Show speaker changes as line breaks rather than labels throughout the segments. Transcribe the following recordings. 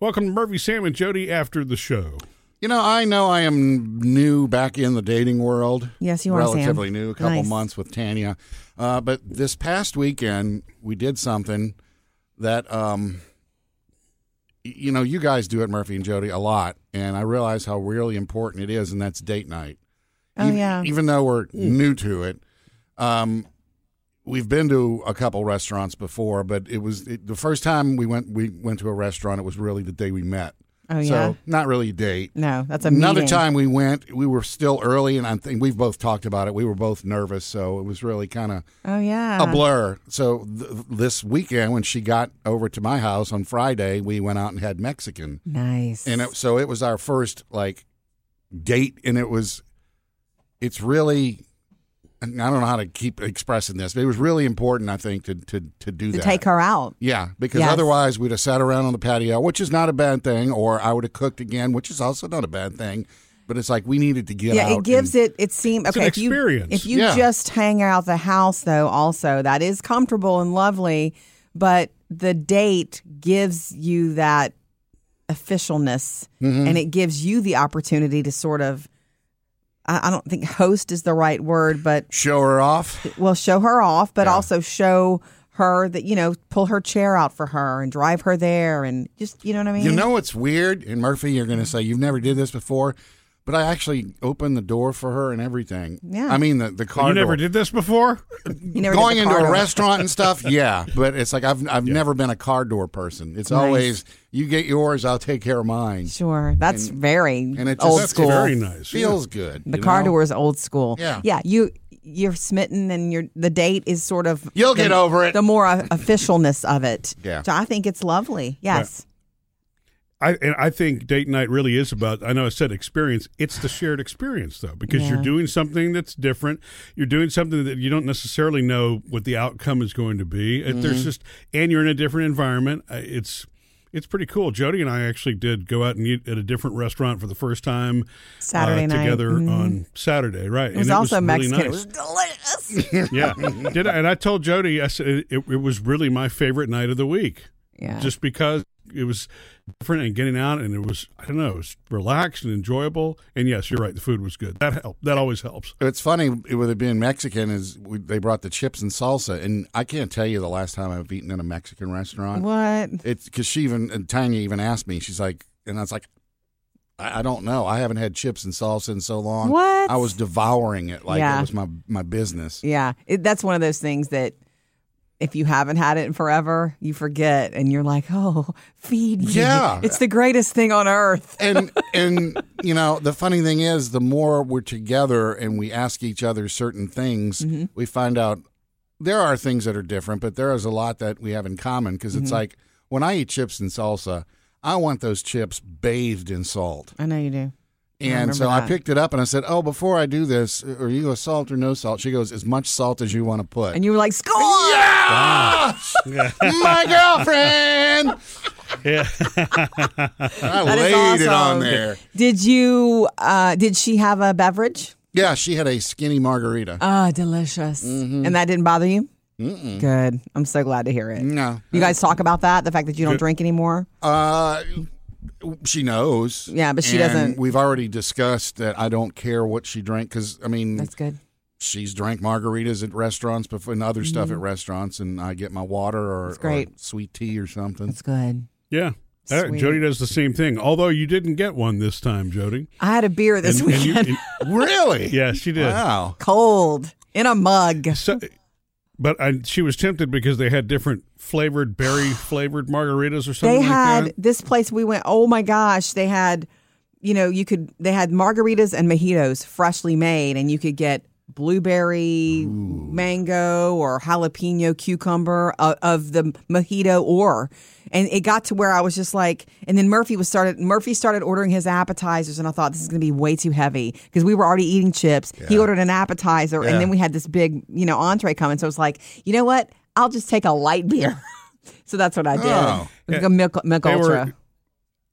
Welcome to Murphy, Sam, and Jody after the show.
You know, I know I am new back in the dating world.
Yes, you are, Sam.
relatively new, a couple
Nice.
months with Tanya. Uh, but this past weekend, we did something that, um, y- you know, you guys do it, Murphy and Jody, a lot, and I realize how really important it is, and that's date night.
Oh,
even,
yeah.
Even though we're new to it, um, we've been to a couple restaurants before, but it was it, the first time we went. We went to a restaurant. It was really the day we met.
Oh, yeah.
So not really a date.
no, that's a
Another
meeting.
time we went, we were still early, and I think we've both talked about it. We were both nervous, so it was really kind of
Oh, yeah.
a blur. So th- this weekend, when she got over to my house on Friday, we went out and had Mexican,
Nice.
and it, so it was our first like date, and it was, it's really, and I don't know how to keep expressing this, but it was really important, I think, to to to do
to
that.
take her out.
Yeah, because
Yes.
otherwise we'd have sat around on the patio, which is not a bad thing, or I would have cooked again, which is also not a bad thing. But it's like we needed to get
Yeah,
out.
it gives
and-
it. It seems
an
okay. If you
experience.
if you
Yeah.
just hang out the house though, also that is comfortable and lovely, but the date gives you that officialness,
Mm-hmm.
and it gives you the opportunity to sort of. I I don't think host is the right word, but
show her off.
well, show her off, but also show her that you know, pull her chair out for her and drive her there, and just you know what I mean.
You know what's weird? And Murphy, you're going to say you've never did this before, but I actually opened the door for her and everything.
Yeah.
I mean the the car.
you never
door.
did this before?
You never did
Going
the
into
car
a
door.
restaurant and stuff, yeah, but it's like I've I've never been a car door person. It's always you get yours, I'll take care of mine.
Sure, that's very
And it just
old
that's
school.
very nice.
Feels good.
The
you
car
know?
door is old school.
Yeah.
yeah. You you're smitten, and your the date is sort of
You'll
the-
get over it.
The more o- officialness of it.
Yeah.
So I think it's lovely. Yes.
I and I think date night really is about. I know I said experience. It's the shared experience though, because you're
Yeah.
doing something that's different. You're doing something that you don't necessarily know what the outcome is going to be. It-
Mm-hmm.
There's just and you're in a different environment. Uh, It's it's pretty cool. Jody and I actually did go out and eat at a different restaurant for the first time uh,
Uh,
Saturday night. Mm-hmm.
together on Saturday, right?
It was also Mexican.
Really nice.
It was delicious.
yeah, did I, and I told Jody I said it, it was really my favorite night of the week
yeah.
just because it was different and getting out and it was I don't know, it was relaxed and enjoyable. And yes, you're right, the food was good. That helped. That always helps.
It's funny with it being Mexican is we, they brought the chips and salsa, and I can't tell you the last time I've eaten in a Mexican restaurant.
what?
It's because she even and Tanya even asked me. She's like, and I was like, I, I don't know. I haven't had chips and salsa in so long.
What?
I was devouring it like
Yeah.
it was my my business.
Yeah. It, that's one of those things that if you haven't had it in forever, you forget and you're like, oh, feed me.
Yeah.
It's the greatest thing on earth.
and and you know the funny thing is the more we're together and we ask each other certain things
Mm-hmm.
we find out there are things that are different but there is a lot that we have in common because it's
Mm-hmm.
like when i eat chips and salsa i want those chips bathed in salt
I know you do.
and
remember
so i
that.
picked it up and i said oh before i do this uh, are you a salt or no salt she goes as much salt as you want to put
And you were like, score. Yeah.
Ah! my girlfriend
Yeah.
i
That is
laid it
awesome.
on there
Did you, uh, did she have a beverage?
yeah she had a skinny margarita
Ah, delicious. Mm-hmm. And that didn't bother you? Good. I'm so glad to hear it.
no
You guys talk about that, the fact that you don't drink anymore?
Uh, she knows.
Yeah, but she
And
doesn't-
We've already discussed that I don't care what she drank because I mean
That's good.
she's drank margaritas at restaurants before and other stuff at restaurants, and I get my water or,
Mm-hmm. That's great.
or sweet tea or something.
That's good.
yeah. Uh,
Sweet.
Jody does the same thing, although you didn't get one this time, Jody.
I had a beer this
And- and you-
weekend.
and-
really?
yeah, she did.
Wow.
cold in a mug.
So, but I, she was tempted because they had different flavored berry flavored margaritas or something.
they
like
had
that.
this place we went oh my gosh they had you know you could they had margaritas and mojitos freshly made and you could get blueberry mango or jalapeno cucumber of, of the mojito or and it got to where i was just like and then murphy was started murphy started ordering his appetizers and i thought this is going to be way too heavy because we were already eating chips he ordered an appetizer
Yeah.
and then we had this big you know entree coming so it's like you know what i'll just take a light beer So that's what I did.
Oh.
It was like a milk, milk
They
ultra.
were-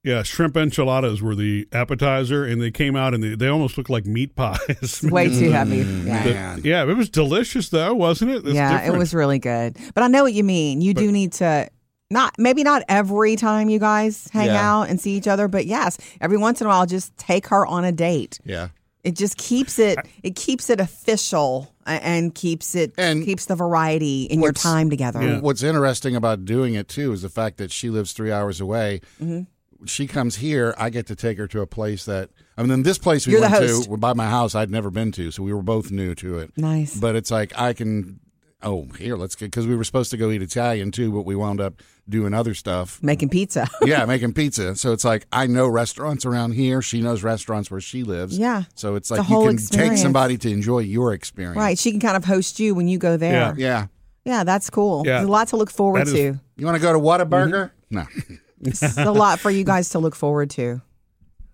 Yeah, shrimp enchiladas were the appetizer, and they came out and they, they almost looked like meat pies. Mm-hmm.
It's way too heavy. Yeah,
Man.
yeah, it was delicious though, wasn't it? It's
yeah it
different.
was really good. But I know what you mean. You do need to. Not maybe not every time you guys hang
Yeah.
out and see each other, but yes, every once in a while, just take her on a date.
Yeah.
It just keeps it it keeps it official a- and keeps it
And
keeps the variety in your
what's-
time together.
What's interesting about doing it too is the fact that she lives three hours away.
Mm-hmm.
She comes here. I get to take her to a place that I mean, then this place we
You're the
went
host.
to by my house I'd never been to, so we were both new to it.
Nice.
But it's like I can. Oh, here let's get because we were supposed to go eat Italian too, but we wound up doing other stuff.
Making pizza.
yeah, making pizza. So it's like I know restaurants around here. She knows restaurants where she lives.
Yeah.
So it's
a
like you
whole
can take
experience.
somebody to enjoy your experience.
right. She can kind of host you when you go there. Yeah,
Yeah.
that's cool.
Yeah.
There's a lot to look forward
That is-
to.
You want to go to Whataburger?
Mm-hmm.
No.
It's a lot for you guys to look forward to.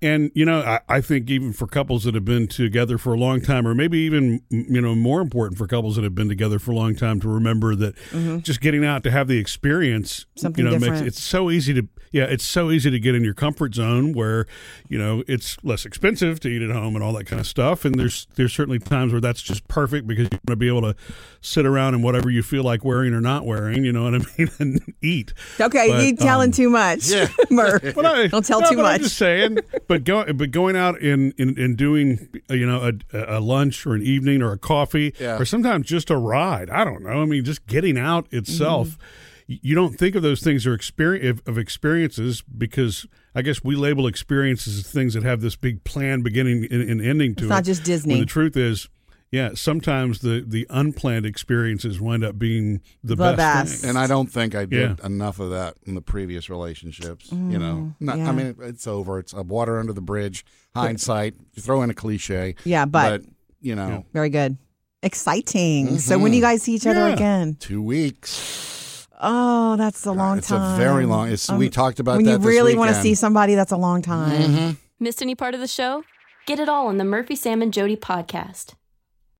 And you know, I, I think even for couples that have been together for a long time, or maybe even m- you know more important for couples that have been together for a long time, to remember that just getting out to have the experience,
Mm-hmm. Something
you know,
different.
makes it's so easy to yeah, it's so easy to get in your comfort zone where you know it's less expensive to eat at home and all that kind of stuff. And there's there's certainly times where that's just perfect because you want to be able to sit around in whatever you feel like wearing or not wearing, you know what I mean, and eat.
Okay,
But,
you're telling
um,
too much,
yeah.
Murph.
But I,
Don't tell
no,
too
but
much.
I'm just saying. But go, but going out and and, and doing uh, you know a, a lunch or an evening or a coffee
Yeah.
or sometimes just a ride. I don't know. I mean, just getting out itself.
Mm-hmm.
y- You don't think of those things or experience of experiences because I guess we label experiences as things that have this big plan beginning and, and ending to
It's
it.
not just Disney.
When the truth is. Yeah, sometimes the, the unplanned experiences wind up being the,
The
best.
best.
thing.
And I don't think I did
Yeah.
enough of that in the previous relationships. you know, Not-
Mm, yeah.
I mean, it's over. It's a water under the bridge. Hindsight. You throw in a cliche.
Yeah, but-
you know,
Very good. Exciting. So
Mm-hmm.
when do you guys see each other
Yeah.
again?
two weeks.
Oh, that's a long
it's
time. Um,
a very long. It's we talked about
when
that.
you really want to
to
see somebody, that's a long time.
Missed any part of the show? Get it all on the Murphy, Sam, and Jody podcast.